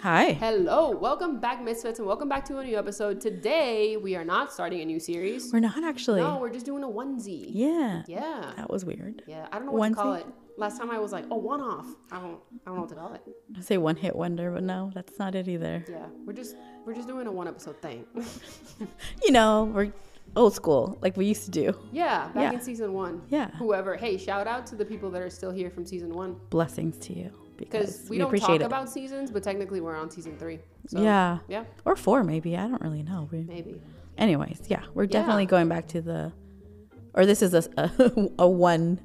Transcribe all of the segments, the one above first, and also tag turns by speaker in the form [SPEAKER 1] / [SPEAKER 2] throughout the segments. [SPEAKER 1] Hi.
[SPEAKER 2] Hello, welcome back, Misfits, and welcome back to a new episode. Today, we are not starting a new series.
[SPEAKER 1] We're not actually.
[SPEAKER 2] No, we're just doing a onesie.
[SPEAKER 1] yeah.
[SPEAKER 2] Yeah.
[SPEAKER 1] That was weird.
[SPEAKER 2] Yeah, I don't know what to call
[SPEAKER 1] Onesie?
[SPEAKER 2] it. Last time I was like, oh, one off. I don't, I don't know what to call it.
[SPEAKER 1] I say one hit wonder, but no, that's not it either.
[SPEAKER 2] Yeah, we're just, we're just doing a one episode thing.
[SPEAKER 1] You know, we're old school, like we used to do.
[SPEAKER 2] yeah, back
[SPEAKER 1] Yeah.
[SPEAKER 2] in season one.
[SPEAKER 1] Yeah.
[SPEAKER 2] Whoever, hey, shout out to the people that are still here from season one
[SPEAKER 1] Blessings to you
[SPEAKER 2] because
[SPEAKER 1] because
[SPEAKER 2] we,
[SPEAKER 1] we,
[SPEAKER 2] don't talk
[SPEAKER 1] appreciate it.
[SPEAKER 2] about seasons, but technically we're on season three. So,
[SPEAKER 1] yeah.
[SPEAKER 2] yeah,
[SPEAKER 1] Or four, maybe. I don't really know. We,
[SPEAKER 2] maybe.
[SPEAKER 1] anyways, yeah, we're definitely
[SPEAKER 2] Yeah.
[SPEAKER 1] going back to the, or this is a, a, a one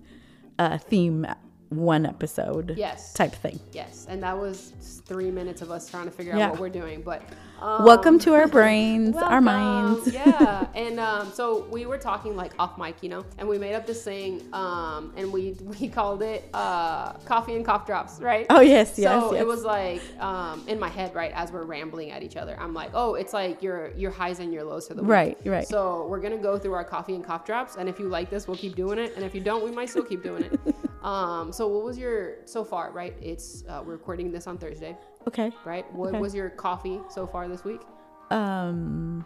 [SPEAKER 1] uh, theme, one episode
[SPEAKER 2] Yes.
[SPEAKER 1] type thing.
[SPEAKER 2] Yes, and that was three minutes of us trying to figure out
[SPEAKER 1] Yeah.
[SPEAKER 2] what we're doing. But um,
[SPEAKER 1] Welcome to our brains, our
[SPEAKER 2] welcome.
[SPEAKER 1] minds.
[SPEAKER 2] yeah, and um, so we were talking like off mic, you know, and we made up this thing, um, and we we called it uh, coffee and cough drops, right?
[SPEAKER 1] Oh, yes, yes,
[SPEAKER 2] So
[SPEAKER 1] yes.
[SPEAKER 2] it was like um, in my head, right, as we're rambling at each other, I'm like, oh, it's like your your highs and your lows for the week.
[SPEAKER 1] Right, right.
[SPEAKER 2] So we're gonna go through our coffee and cough drops, and if you like this, we'll keep doing it, and if you don't, we might still keep doing it. Um, so what was your so far, right? It's uh, we're recording this on Thursday,
[SPEAKER 1] Okay.
[SPEAKER 2] right? What
[SPEAKER 1] Okay.
[SPEAKER 2] was your coffee so far this week?
[SPEAKER 1] um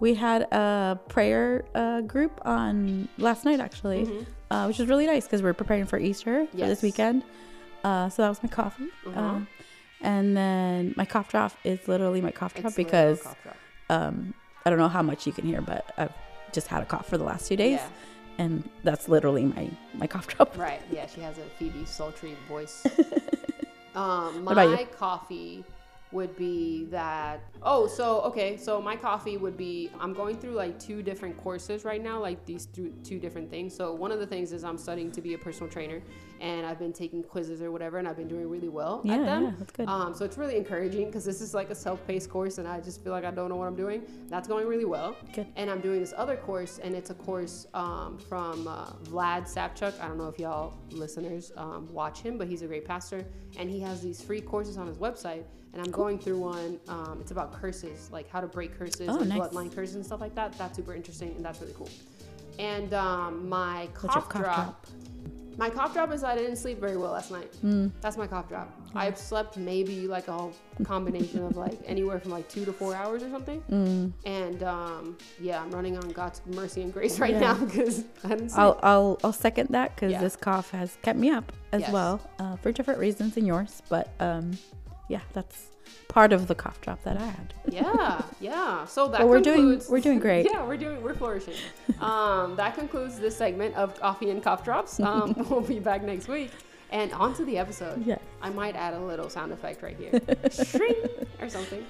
[SPEAKER 1] we had a prayer uh, group on last night actually uh, which is really nice because we're preparing for easter for
[SPEAKER 2] Mm-hmm. Yes. Mm-hmm.
[SPEAKER 1] this weekend uh, so that was my coffee um, and then my cough drop is literally my cough drop
[SPEAKER 2] It's literally
[SPEAKER 1] because
[SPEAKER 2] a cough drop.
[SPEAKER 1] um, i don't know how much you can hear but i've just had a cough for the last two days
[SPEAKER 2] Yeah.
[SPEAKER 1] and that's literally my my cough drop
[SPEAKER 2] Right. Yeah, she has a Phoebe sultry voice. um,
[SPEAKER 1] What about you?
[SPEAKER 2] my coffee would be that. Oh, so okay. So my coffee would be. I'm going through like two different courses right now, like these two, two different things. So one of the things is I'm studying to be a personal trainer, and I've been taking quizzes or whatever, and I've been doing really well
[SPEAKER 1] Yeah,
[SPEAKER 2] at them.
[SPEAKER 1] yeah, that's good.
[SPEAKER 2] Um, so it's really encouraging because this is like a self-paced course, and I just feel like I don't know what I'm doing. That's going really well.
[SPEAKER 1] Good.
[SPEAKER 2] And I'm doing this other course, and it's a course um, from uh, Vlad Sapchuk. I don't know if y'all listeners um, watch him, but he's a great pastor, and he has these free courses on his website. And I'm going through one. Um, it's about curses, like how to break curses,
[SPEAKER 1] Oh,
[SPEAKER 2] like
[SPEAKER 1] nice.
[SPEAKER 2] bloodline curses and stuff like that. That's super interesting, and that's really cool. And um, my cough,
[SPEAKER 1] What's your cough
[SPEAKER 2] drop.
[SPEAKER 1] drop?
[SPEAKER 2] My cough drop is I didn't sleep very well last night.
[SPEAKER 1] Hmm.
[SPEAKER 2] That's my cough drop. I've slept maybe like a whole combination of like anywhere from like two to four hours or something.
[SPEAKER 1] Hmm.
[SPEAKER 2] And um, yeah, I'm running on God's mercy and grace right now
[SPEAKER 1] Yeah. Oh.
[SPEAKER 2] because I didn't sleep.
[SPEAKER 1] I'll, I'll I'll second that because
[SPEAKER 2] Yeah.
[SPEAKER 1] this cough has kept me up as
[SPEAKER 2] Yes.
[SPEAKER 1] well uh, for different reasons than yours. But um, yeah, that's part of the cough drop that I had.
[SPEAKER 2] yeah, yeah. So that
[SPEAKER 1] But we're doing-
[SPEAKER 2] concludes,
[SPEAKER 1] we're doing great.
[SPEAKER 2] Yeah, we're doing we're flourishing. um, that concludes this segment of coffee and cough drops. Um, we'll be back next week. And on to the episode.
[SPEAKER 1] Yes.
[SPEAKER 2] I might add a little sound effect right here. Shring or something.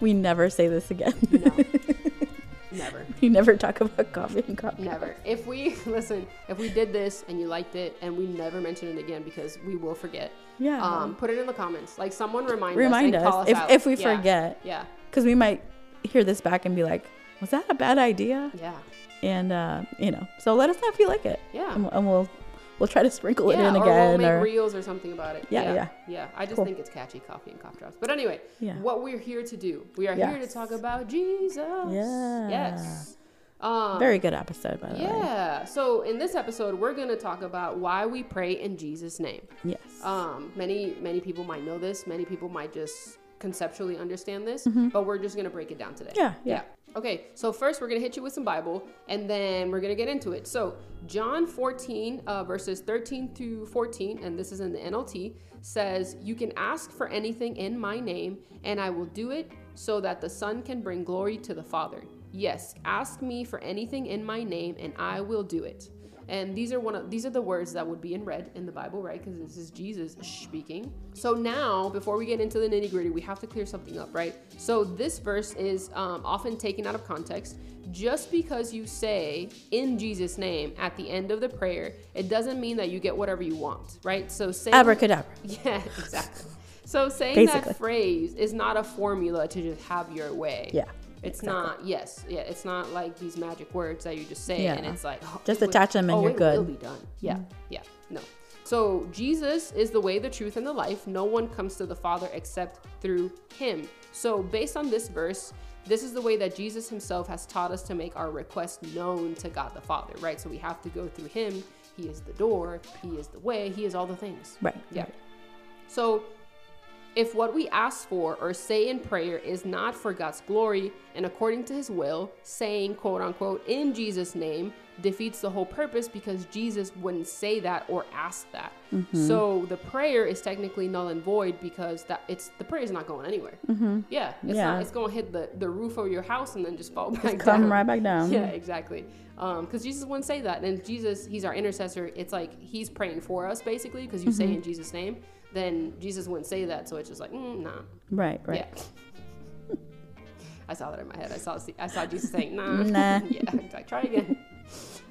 [SPEAKER 1] We never say this again.
[SPEAKER 2] No. Never.
[SPEAKER 1] we never talk about coffee and cough.
[SPEAKER 2] Never. If we listen, if we did this and you liked it, and we never mention it again because we will forget.
[SPEAKER 1] Yeah.
[SPEAKER 2] Um, put it in the comments. Like someone remind,
[SPEAKER 1] Uh-huh. Remind
[SPEAKER 2] us, and
[SPEAKER 1] us
[SPEAKER 2] call us
[SPEAKER 1] if-
[SPEAKER 2] out.
[SPEAKER 1] if we
[SPEAKER 2] Yeah.
[SPEAKER 1] forget.
[SPEAKER 2] Yeah.
[SPEAKER 1] Because we might hear this back and be like, was that a bad idea?
[SPEAKER 2] Yeah.
[SPEAKER 1] And uh, you know, so let us know if you like it.
[SPEAKER 2] Yeah.
[SPEAKER 1] And, and we'll we'll try to sprinkle it
[SPEAKER 2] yeah,
[SPEAKER 1] in
[SPEAKER 2] or
[SPEAKER 1] again.
[SPEAKER 2] we'll make
[SPEAKER 1] or-
[SPEAKER 2] reels or something about it.
[SPEAKER 1] Yeah,
[SPEAKER 2] yeah,
[SPEAKER 1] yeah.
[SPEAKER 2] yeah. I just
[SPEAKER 1] Cool.
[SPEAKER 2] think it's catchy, coffee and cough drops. But anyway,
[SPEAKER 1] Yeah.
[SPEAKER 2] what we're here to do, we are here to
[SPEAKER 1] Yes.
[SPEAKER 2] talk about Jesus.
[SPEAKER 1] Yeah.
[SPEAKER 2] Yes. Um,
[SPEAKER 1] Very good episode, by the way.
[SPEAKER 2] Yeah. So in this episode, we're gonna talk about why we pray in Jesus' name.
[SPEAKER 1] Yes.
[SPEAKER 2] Um, many many people might know this. Many people might just conceptually understand this, but we're just gonna break it down today.
[SPEAKER 1] Mm-hmm. Yeah, yeah.
[SPEAKER 2] Okay, so first we're gonna hit you with some Bible, and then we're gonna get into it. So John 14 uh, verses 13 to 14, and this is in the NLT, says, "You can ask for anything in my name, and I will do it, so that the Son can bring glory to the Father. Yes, ask me for anything in my name, and I will do it." And these are one of these are the words that would be in red in the Bible, right? Because this is Jesus speaking. So now, before we get into the nitty gritty, we have to clear something up, right? So this verse is um, often taken out of context. Just because you say "in Jesus' name" at the end of the prayer, it doesn't mean that you get whatever you want, right? So say
[SPEAKER 1] Abracadabra.
[SPEAKER 2] yeah, exactly. So saying
[SPEAKER 1] Basically.
[SPEAKER 2] that phrase is not a formula to just have your way.
[SPEAKER 1] Yeah,
[SPEAKER 2] It's not yes, yeah. It's not like these magic words that you just say and
[SPEAKER 1] Yeah.
[SPEAKER 2] it's like oh,
[SPEAKER 1] Just
[SPEAKER 2] it will-
[SPEAKER 1] attach 'em and
[SPEAKER 2] oh,
[SPEAKER 1] you're
[SPEAKER 2] it
[SPEAKER 1] good. Mm-hmm.
[SPEAKER 2] will be done. Yeah, yeah, no. So Jesus is the way, the truth, and the life. No one comes to the Father except through Him. So based on this verse, this is the way that Jesus Himself has taught us to make our request known to God the Father. Right. So we have to go through Him. He is the door. He is the way. He is all the things.
[SPEAKER 1] Right.
[SPEAKER 2] Yeah. So, if what we ask for or say in prayer is not for God's glory and according to his will, saying, quote unquote, in Jesus' name, defeats the whole purpose because Jesus wouldn't say that or ask that. So the prayer is technically null and void because that it's the prayer is not going anywhere. Yeah, it's
[SPEAKER 1] Yeah.
[SPEAKER 2] not. It's going to hit the, the roof of your house and then just fall back
[SPEAKER 1] Come
[SPEAKER 2] down.
[SPEAKER 1] right back down.
[SPEAKER 2] Yeah, exactly. Because Jesus wouldn't say that. And Jesus, he's our intercessor. It's like he's praying for us, basically, because you
[SPEAKER 1] Mm-hmm.
[SPEAKER 2] say in Jesus' name, then Jesus wouldn't say that. So it's just like, mm, nah.
[SPEAKER 1] Right, right.
[SPEAKER 2] Yeah. I saw that in my head. I saw I saw Jesus saying, nah.
[SPEAKER 1] Nah.
[SPEAKER 2] yeah, exactly. Try again.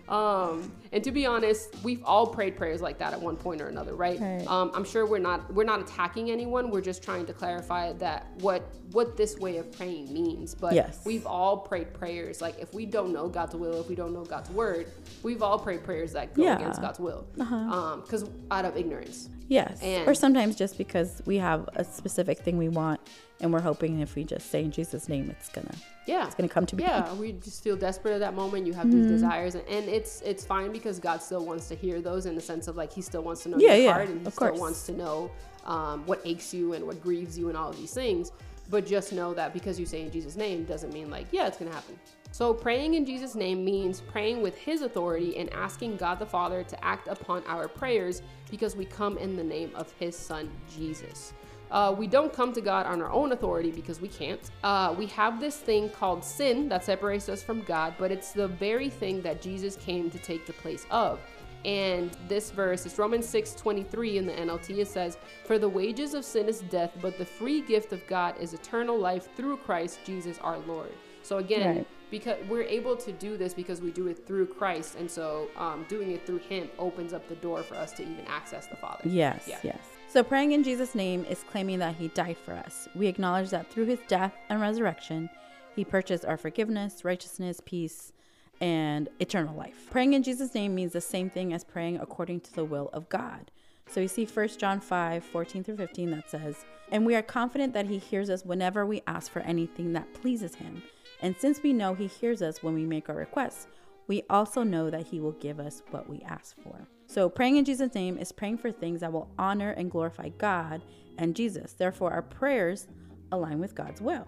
[SPEAKER 2] Um, and to be honest, we've all prayed prayers like that at one point or another, right?
[SPEAKER 1] Right.
[SPEAKER 2] Um, I'm sure we're not we're not attacking anyone. We're just trying to clarify that what what this way of praying means. But
[SPEAKER 1] Yes.
[SPEAKER 2] we've all prayed prayers like if we don't know God's will, if we don't know God's word, we've all prayed prayers that go
[SPEAKER 1] Yeah. Uh-huh.
[SPEAKER 2] against God's will, because out of ignorance.
[SPEAKER 1] Yes. or
[SPEAKER 2] And-
[SPEAKER 1] sometimes just because we have a specific thing we want and we're hoping if we just say in Jesus' name it's gonna
[SPEAKER 2] yeah
[SPEAKER 1] gonna come to be. Mm-hmm.
[SPEAKER 2] yeah we just feel desperate at that moment you have these desires and, and it's it's fine because god still wants to hear those in the sense of like he still wants to know
[SPEAKER 1] Yeah,
[SPEAKER 2] your
[SPEAKER 1] yeah,
[SPEAKER 2] heart and he
[SPEAKER 1] of
[SPEAKER 2] still
[SPEAKER 1] course.
[SPEAKER 2] wants to know um, what aches you and what grieves you and all of these things but just know that because you say in jesus name doesn't mean like yeah it's gonna happen so praying in jesus name means praying with his authority and asking god the father to act upon our prayers because we come in the name of his son jesus uh, we don't come to God on our own authority because we can't. Uh, we have this thing called sin that separates us from God, but it's the very thing that Jesus came to take the place of. And this verse is Romans 6 23 in the NLT. It says, For the wages of sin is death, but the free gift of God is eternal life through Christ Jesus our Lord. So again,
[SPEAKER 1] Right.
[SPEAKER 2] because we're able to do this because we do it through Christ. And so um, doing it through Him opens up the door for us to even access the Father.
[SPEAKER 1] Yes,
[SPEAKER 2] Yeah.
[SPEAKER 1] yes. So praying in Jesus' name is claiming that he died for us. We acknowledge that through his death and resurrection, he purchased our forgiveness, righteousness, peace, and eternal life. Praying in Jesus' name means the same thing as praying according to the will of God. So we see 1 John 5, 14 through 15 that says, And we are confident that he hears us whenever we ask for anything that pleases him. And since we know he hears us when we make our requests, we also know that He will give us what we ask for. So, praying in Jesus' name is praying for things that will honor and glorify God and Jesus. Therefore, our prayers align with God's will.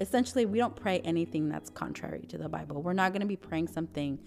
[SPEAKER 1] Essentially, we don't pray anything that's contrary to the Bible. We're not going to be praying something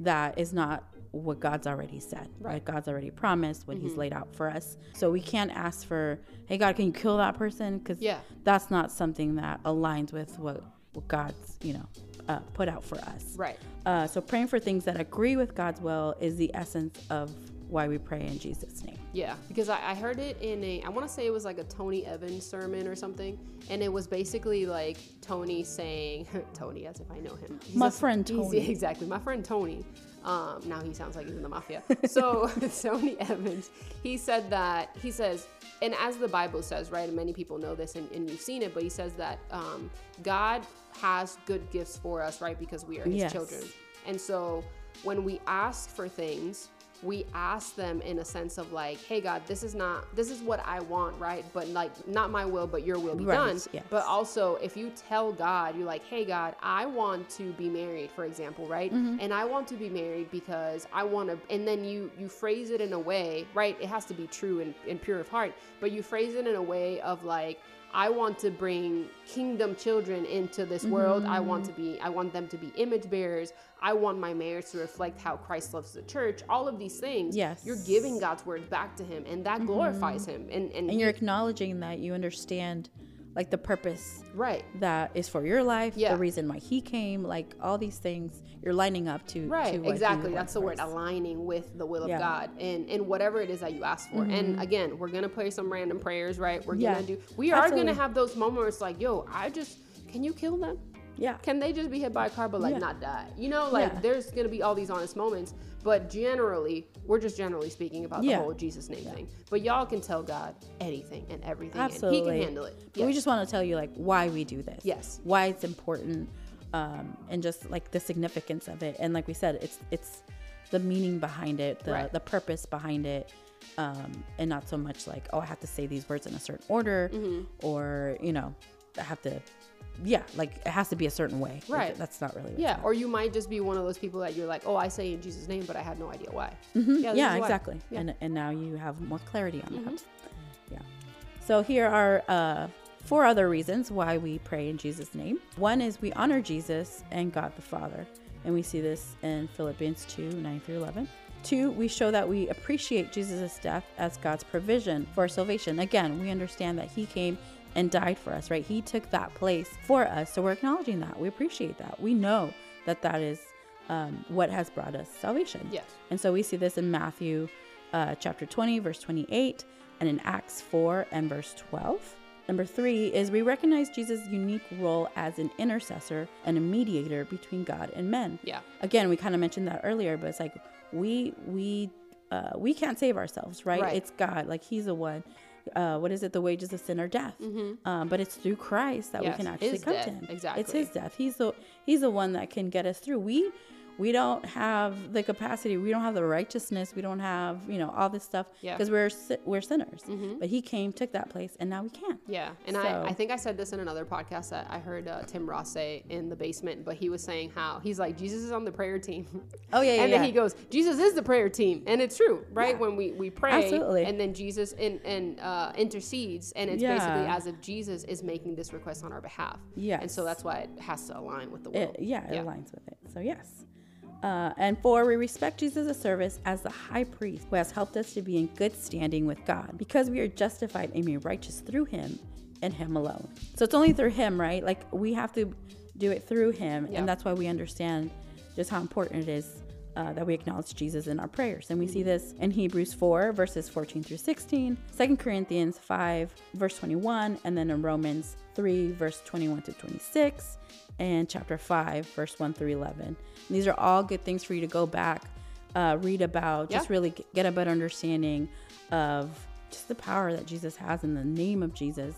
[SPEAKER 1] that is not what God's already said, right? God's already promised, what He's laid out for us. So, we can't ask for, hey, God, can you kill that person? Because
[SPEAKER 2] Yeah.
[SPEAKER 1] that's not something that aligns with what, what God's, you know, uh, put out for us.
[SPEAKER 2] Right.
[SPEAKER 1] Uh, so praying for things that agree with God's will is the essence of why we pray in Jesus' name.
[SPEAKER 2] Yeah, because I, I heard it in a, I want to say it was like a Tony Evans sermon or something. And it was basically like Tony saying, Tony, as if I know him. He's
[SPEAKER 1] My
[SPEAKER 2] a-
[SPEAKER 1] friend
[SPEAKER 2] he's-
[SPEAKER 1] Tony.
[SPEAKER 2] exactly, my friend Tony. Um, now he sounds like he's in the mafia. So Tony Evans, he said that, he says, and as the Bible says, right, and many people know this and, and you've seen it, but he says that um, God has good gifts for us, right, because we are his
[SPEAKER 1] Yes.
[SPEAKER 2] children. And so when we ask for things, we ask them in a sense of like, hey God, this is not this is what I want, right? But like not my will, but your will be
[SPEAKER 1] Right,
[SPEAKER 2] done.
[SPEAKER 1] yes.
[SPEAKER 2] But also if you tell God, you're like, hey God, I want to be married, for example, right?
[SPEAKER 1] Mm-hmm.
[SPEAKER 2] And I want to be married because I want to and then you you phrase it in a way, right? It has to be true and, and pure of heart, but you phrase it in a way of like I want to bring kingdom children into this world. I want to
[SPEAKER 1] Mm-hmm.
[SPEAKER 2] be I want them to be image bearers. I want my marriage to reflect how Christ loves the church. All of these things.
[SPEAKER 1] Yes. Mm-hmm.
[SPEAKER 2] You're giving God's word back to him and that glorifies him. And and,
[SPEAKER 1] And you're acknowledging that you understand like the purpose
[SPEAKER 2] right.
[SPEAKER 1] that is for your life,
[SPEAKER 2] Yeah.
[SPEAKER 1] the reason why he came, like all these things you're lining up to. to
[SPEAKER 2] Right,
[SPEAKER 1] what he
[SPEAKER 2] exactly.
[SPEAKER 1] would
[SPEAKER 2] That's the
[SPEAKER 1] want
[SPEAKER 2] word
[SPEAKER 1] for us.
[SPEAKER 2] aligning with the will
[SPEAKER 1] Yeah. Mm-hmm.
[SPEAKER 2] of God and and whatever it is that you ask for. And again, we're gonna play some random prayers, right? We're
[SPEAKER 1] Yeah.
[SPEAKER 2] gonna do. We are
[SPEAKER 1] Absolutely.
[SPEAKER 2] gonna have those moments like, yo, I just can you kill them?
[SPEAKER 1] Yeah.
[SPEAKER 2] Can they just be hit by a car but like
[SPEAKER 1] Yeah.
[SPEAKER 2] not die? You know, like
[SPEAKER 1] Yeah.
[SPEAKER 2] there's gonna be all these honest moments, but generally, we're just generally speaking about
[SPEAKER 1] Yeah.
[SPEAKER 2] the whole Jesus name thing. But y'all can tell God anything and everything, and He
[SPEAKER 1] Absolutely.
[SPEAKER 2] can handle it.
[SPEAKER 1] But we just want to tell you like why we do this.
[SPEAKER 2] Yes.
[SPEAKER 1] Why it's important, um, and just like the significance of it. And like we said, it's it's the meaning behind it, the
[SPEAKER 2] Right.
[SPEAKER 1] the purpose behind it, um, and not so much like oh I have to say these words in a certain order,
[SPEAKER 2] Mm-hmm.
[SPEAKER 1] or you know I have to, yeah, like it has to be a certain way. Like,
[SPEAKER 2] Right.
[SPEAKER 1] that's not really. What
[SPEAKER 2] Yeah, or you might just be one of those people that you're like, oh, I say in Jesus' name, but I had no idea why.
[SPEAKER 1] Mm-hmm. Yeah.
[SPEAKER 2] this is why.
[SPEAKER 1] exactly.
[SPEAKER 2] Yeah. Mm-hmm.
[SPEAKER 1] And and now you have more clarity on that. Yeah. So here are uh, four other reasons why we pray in Jesus' name. One is we honor Jesus and God the Father, and we see this in Philippians 2 9 through 11. Two, we show that we appreciate Jesus' death as God's provision for salvation. Again, we understand that He came and died for us, right? He took that place for us. So we're acknowledging that. We appreciate that. We know that that is um, what has brought us salvation.
[SPEAKER 2] Yes.
[SPEAKER 1] And so we see this in Matthew uh, chapter 20, verse 28, and in Acts 4 and verse 12. Number three is we recognize Jesus' unique role as an intercessor and a mediator between God and men.
[SPEAKER 2] Yeah.
[SPEAKER 1] Again, we kind of mentioned that earlier, but it's like we we uh, we can't save ourselves, right?
[SPEAKER 2] Right.
[SPEAKER 1] It's God, like He's the one. Uh, what is it? The wages of sin are death. Um, but it's through Christ that
[SPEAKER 2] Mm-hmm. Yes,
[SPEAKER 1] we can actually
[SPEAKER 2] His
[SPEAKER 1] come
[SPEAKER 2] death,
[SPEAKER 1] to Him. It's
[SPEAKER 2] exactly.
[SPEAKER 1] His death. He's the He's the one that can get us through. We we don't have the capacity. We don't have the righteousness. We don't have you know all this stuff
[SPEAKER 2] Yeah. Mm-hmm.
[SPEAKER 1] because we're si- we're sinners. But He came, took that place, and now we can.
[SPEAKER 2] Yeah, and
[SPEAKER 1] So-
[SPEAKER 2] I, I think I said this in another podcast that I heard uh, Tim Ross say in the basement, but he was saying how he's like Jesus is on the prayer team.
[SPEAKER 1] Oh, yeah, yeah,
[SPEAKER 2] and
[SPEAKER 1] yeah.
[SPEAKER 2] then he goes, Jesus is the prayer team, and it's true, right? When we we pray,
[SPEAKER 1] Absolutely.
[SPEAKER 2] and then Jesus and and uh, intercedes, and it's basically
[SPEAKER 1] Yeah.
[SPEAKER 2] as if Jesus is making this request on our behalf. and so
[SPEAKER 1] Yes.
[SPEAKER 2] that's why it has to align with the will.
[SPEAKER 1] it, yeah, it
[SPEAKER 2] Yeah.
[SPEAKER 1] aligns with it. So yes. Uh, and four, we respect Jesus' service as the high priest who has helped us to be in good standing with God because we are justified and made righteous through him and him alone. So it's only through him, right? Like we have to do it through him.
[SPEAKER 2] Yeah.
[SPEAKER 1] And that's why we understand just how important it is uh, that we acknowledge Jesus in our prayers. And we see this in Hebrews 4, verses 14 through 16, 2 Corinthians 5, verse 21, and then in Romans 3, verse 21 through 26, and chapter 5, verse 1 through 11. And these are all good things for you to go back, uh, read about, just
[SPEAKER 2] Yeah.
[SPEAKER 1] really g- get a better understanding of just the power that Jesus has in the name of Jesus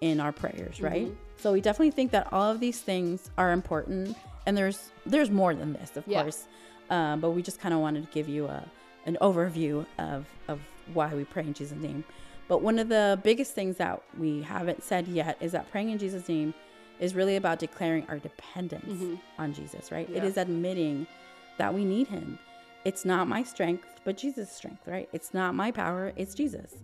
[SPEAKER 1] in our
[SPEAKER 2] Mm-hmm.
[SPEAKER 1] prayers, right? So we definitely think that all of these things are important, and there's there's more than this, of
[SPEAKER 2] Yeah.
[SPEAKER 1] course. Um, but we just kind of wanted to give you a, an overview of of why we pray in Jesus' name. But one of the biggest things that we haven't said yet is that praying in Jesus' name is really about declaring our dependence on Jesus, right? It
[SPEAKER 2] Yeah.
[SPEAKER 1] is admitting that we need Him. It's not my strength, but Jesus' strength, right? It's not my power, it's Jesus.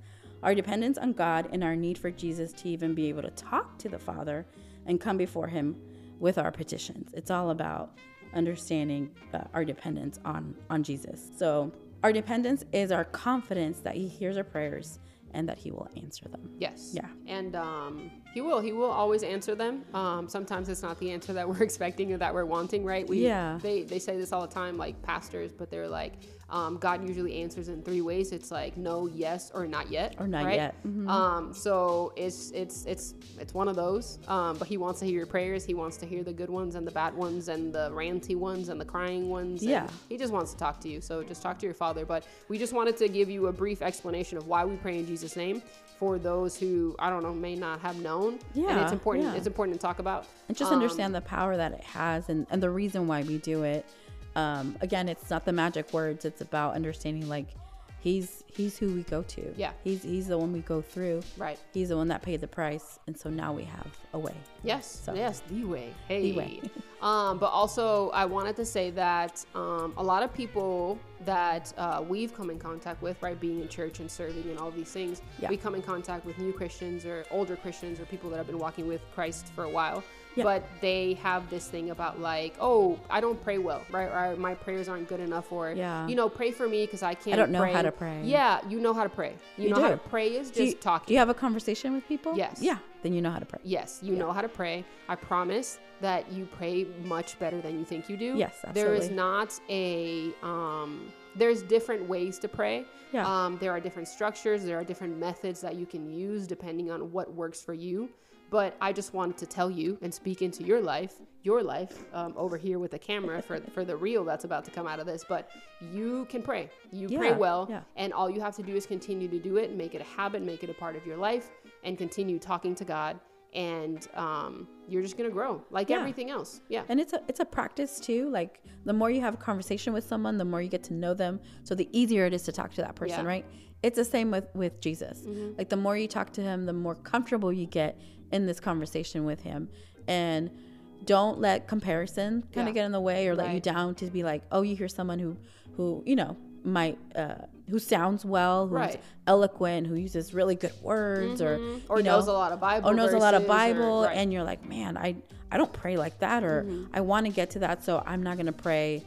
[SPEAKER 1] Our dependence on God and our need for Jesus to even be able to talk to the Father and come before Him with our petitions. It's all about understanding uh, our dependence on, on Jesus. So, our dependence is our confidence that He hears our prayers and that He will answer them.
[SPEAKER 2] Yes.
[SPEAKER 1] Yeah.
[SPEAKER 2] And um, he will. He will always answer them. Um, sometimes it's not the answer that we're expecting or that we're wanting, right? We,
[SPEAKER 1] Yeah.
[SPEAKER 2] They, they say this all the time, like pastors, but they're like, um, God usually answers in three ways. It's like no, yes, or not yet.
[SPEAKER 1] Or not
[SPEAKER 2] right?
[SPEAKER 1] yet.
[SPEAKER 2] Um, so it's it's it's it's one of those. Um, but he wants to hear your prayers. He wants to hear the good ones and the bad ones and the ranty ones and the crying ones. and
[SPEAKER 1] Yeah.
[SPEAKER 2] he just wants to talk to you. So just talk to your father. But we just wanted to give you a brief explanation of why we pray in Jesus' name for those who I don't know may not have known. and
[SPEAKER 1] Yeah,
[SPEAKER 2] it's important.
[SPEAKER 1] yeah.
[SPEAKER 2] It's important to talk about.
[SPEAKER 1] And just
[SPEAKER 2] Um,
[SPEAKER 1] understand the power that it has and, and the reason why we do it. Um, again, it's not the magic words. It's about understanding like he's he's who we go to.
[SPEAKER 2] Yeah.
[SPEAKER 1] He's he's the one we go through.
[SPEAKER 2] Right.
[SPEAKER 1] He's the one that paid the price. And so now we have a way.
[SPEAKER 2] Yes, yes, the way. Hey.
[SPEAKER 1] way.
[SPEAKER 2] um, but also, I wanted to say that um, a lot of people that uh, we've come in contact with, right, being in church and serving and all these things,
[SPEAKER 1] Yeah.
[SPEAKER 2] we come in contact with new Christians or older Christians or people that have been walking with Christ for a while.
[SPEAKER 1] Yeah.
[SPEAKER 2] But they have this thing about like, oh, I don't pray well, right? Or my prayers aren't good enough, or
[SPEAKER 1] Yeah.
[SPEAKER 2] you know, pray for me because I can't.
[SPEAKER 1] don't know
[SPEAKER 2] pray.
[SPEAKER 1] how to pray.
[SPEAKER 2] Yeah, you know how to pray. You,
[SPEAKER 1] You
[SPEAKER 2] know how
[SPEAKER 1] do.
[SPEAKER 2] to pray is just
[SPEAKER 1] do you,
[SPEAKER 2] talking.
[SPEAKER 1] Do you have a conversation with people?
[SPEAKER 2] Yes.
[SPEAKER 1] Yeah. Then you know how to pray.
[SPEAKER 2] Yes, you know how to pray. I promise that you pray much better than you think you do.
[SPEAKER 1] Yes,
[SPEAKER 2] There is
[SPEAKER 1] absolutely.
[SPEAKER 2] not a um there's different ways to pray.
[SPEAKER 1] Yeah.
[SPEAKER 2] Um there are different structures, there are different methods that you can use depending on what works for you. But I just wanted to tell you and speak into your life, your life um, over here with the camera for for the reel that's about to come out of this. But you can pray. You pray
[SPEAKER 1] Yeah,
[SPEAKER 2] well,
[SPEAKER 1] yeah.
[SPEAKER 2] and all you have to do is continue to do it, make it a habit, make it a part of your life, and continue talking to God. And um, you're just gonna grow like
[SPEAKER 1] Yeah.
[SPEAKER 2] everything else. Yeah.
[SPEAKER 1] And it's a it's a practice too. Like the more you have a conversation with someone, the more you get to know them. So the easier it is to talk to that person,
[SPEAKER 2] Yeah. Mm-hmm.
[SPEAKER 1] right? It's the same with with Jesus. Like the more you talk to him, the more comfortable you get in this conversation with him. And don't let comparison kind
[SPEAKER 2] Yeah.
[SPEAKER 1] of get in the way or let you
[SPEAKER 2] Right.
[SPEAKER 1] down to be like, oh, you hear someone who who you know might uh, who sounds well, who's
[SPEAKER 2] Right.
[SPEAKER 1] eloquent, who uses really good words, or
[SPEAKER 2] Mm-hmm. Or
[SPEAKER 1] you
[SPEAKER 2] knows
[SPEAKER 1] know,
[SPEAKER 2] a lot of Bible
[SPEAKER 1] or knows a lot of
[SPEAKER 2] verses or-
[SPEAKER 1] Bible,
[SPEAKER 2] right. Mm-hmm.
[SPEAKER 1] and you're like, man, I I don't pray like that, or I want to get to that, so I'm not gonna pray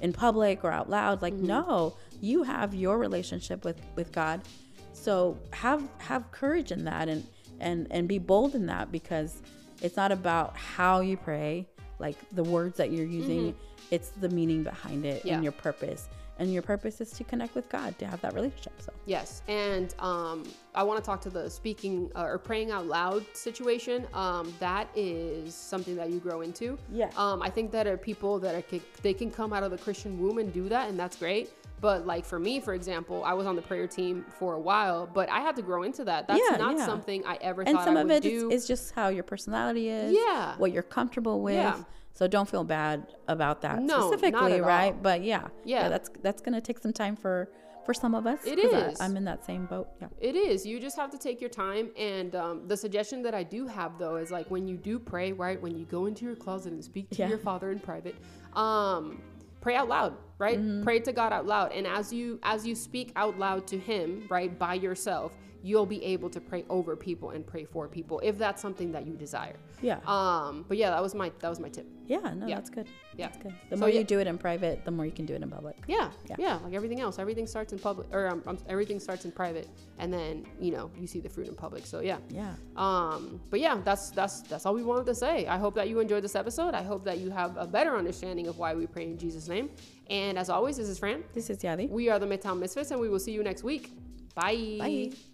[SPEAKER 1] in public or out loud. Like,
[SPEAKER 2] Mm-hmm.
[SPEAKER 1] no, you have your relationship with with God, so have have courage in that, and and and be bold in that because it's not about how you pray, like the words that you're using. It's the meaning behind it
[SPEAKER 2] Mm-hmm. Yeah.
[SPEAKER 1] and your purpose. And your purpose is to connect with God, to have that relationship. So
[SPEAKER 2] Yes, and um, I want to talk to the speaking uh, or praying out loud situation. Um, that is something that you grow into.
[SPEAKER 1] Yeah.
[SPEAKER 2] Um, I think that are people that are they can come out of the Christian womb and do that, and that's great. But like for me, for example, I was on the prayer team for a while, but I had to grow into that. That's
[SPEAKER 1] Yeah,
[SPEAKER 2] not
[SPEAKER 1] yeah.
[SPEAKER 2] something I ever
[SPEAKER 1] and
[SPEAKER 2] thought
[SPEAKER 1] some
[SPEAKER 2] I
[SPEAKER 1] of
[SPEAKER 2] would
[SPEAKER 1] it
[SPEAKER 2] do.
[SPEAKER 1] is, is just how your personality is
[SPEAKER 2] Yeah.
[SPEAKER 1] what you're comfortable with
[SPEAKER 2] Yeah.
[SPEAKER 1] so don't feel bad about that
[SPEAKER 2] No, not
[SPEAKER 1] specifically
[SPEAKER 2] at all.
[SPEAKER 1] right but yeah,
[SPEAKER 2] Yeah.
[SPEAKER 1] that's that's gonna take some time for for some of us
[SPEAKER 2] It
[SPEAKER 1] 'cause
[SPEAKER 2] is.
[SPEAKER 1] I, i'm in that same boat yeah
[SPEAKER 2] It is. You just have to take your time. And um, the suggestion that I do have, though, is like when you do pray, right? When you go into your closet and speak to
[SPEAKER 1] Yeah.
[SPEAKER 2] your father in private, um, pray out loud, right?
[SPEAKER 1] Mm-hmm.
[SPEAKER 2] Pray to God out loud. And as you as you speak out loud to Him, right, by yourself, you'll be able to pray over people and pray for people if that's something that you desire.
[SPEAKER 1] yeah
[SPEAKER 2] Um, but yeah, that was my that was my tip.
[SPEAKER 1] yeah no
[SPEAKER 2] yeah.
[SPEAKER 1] that's good
[SPEAKER 2] Yeah.
[SPEAKER 1] that's good the
[SPEAKER 2] So
[SPEAKER 1] more
[SPEAKER 2] yeah-
[SPEAKER 1] you do it in private the more you can do it in public
[SPEAKER 2] Yeah,
[SPEAKER 1] Yeah.
[SPEAKER 2] yeah, like everything else. Everything starts in public, or um, um, everything starts in private, and then you know you see the fruit in public. So yeah,
[SPEAKER 1] yeah
[SPEAKER 2] Um, but yeah, that's that's that's all we wanted to say. I hope that you enjoyed this episode. I hope that you have a better understanding of why we pray in Jesus' name. And as always, this is Fran.
[SPEAKER 1] this is yadi
[SPEAKER 2] We are the Midtown Misfits, and we will see you next week. Bye.
[SPEAKER 1] Bye.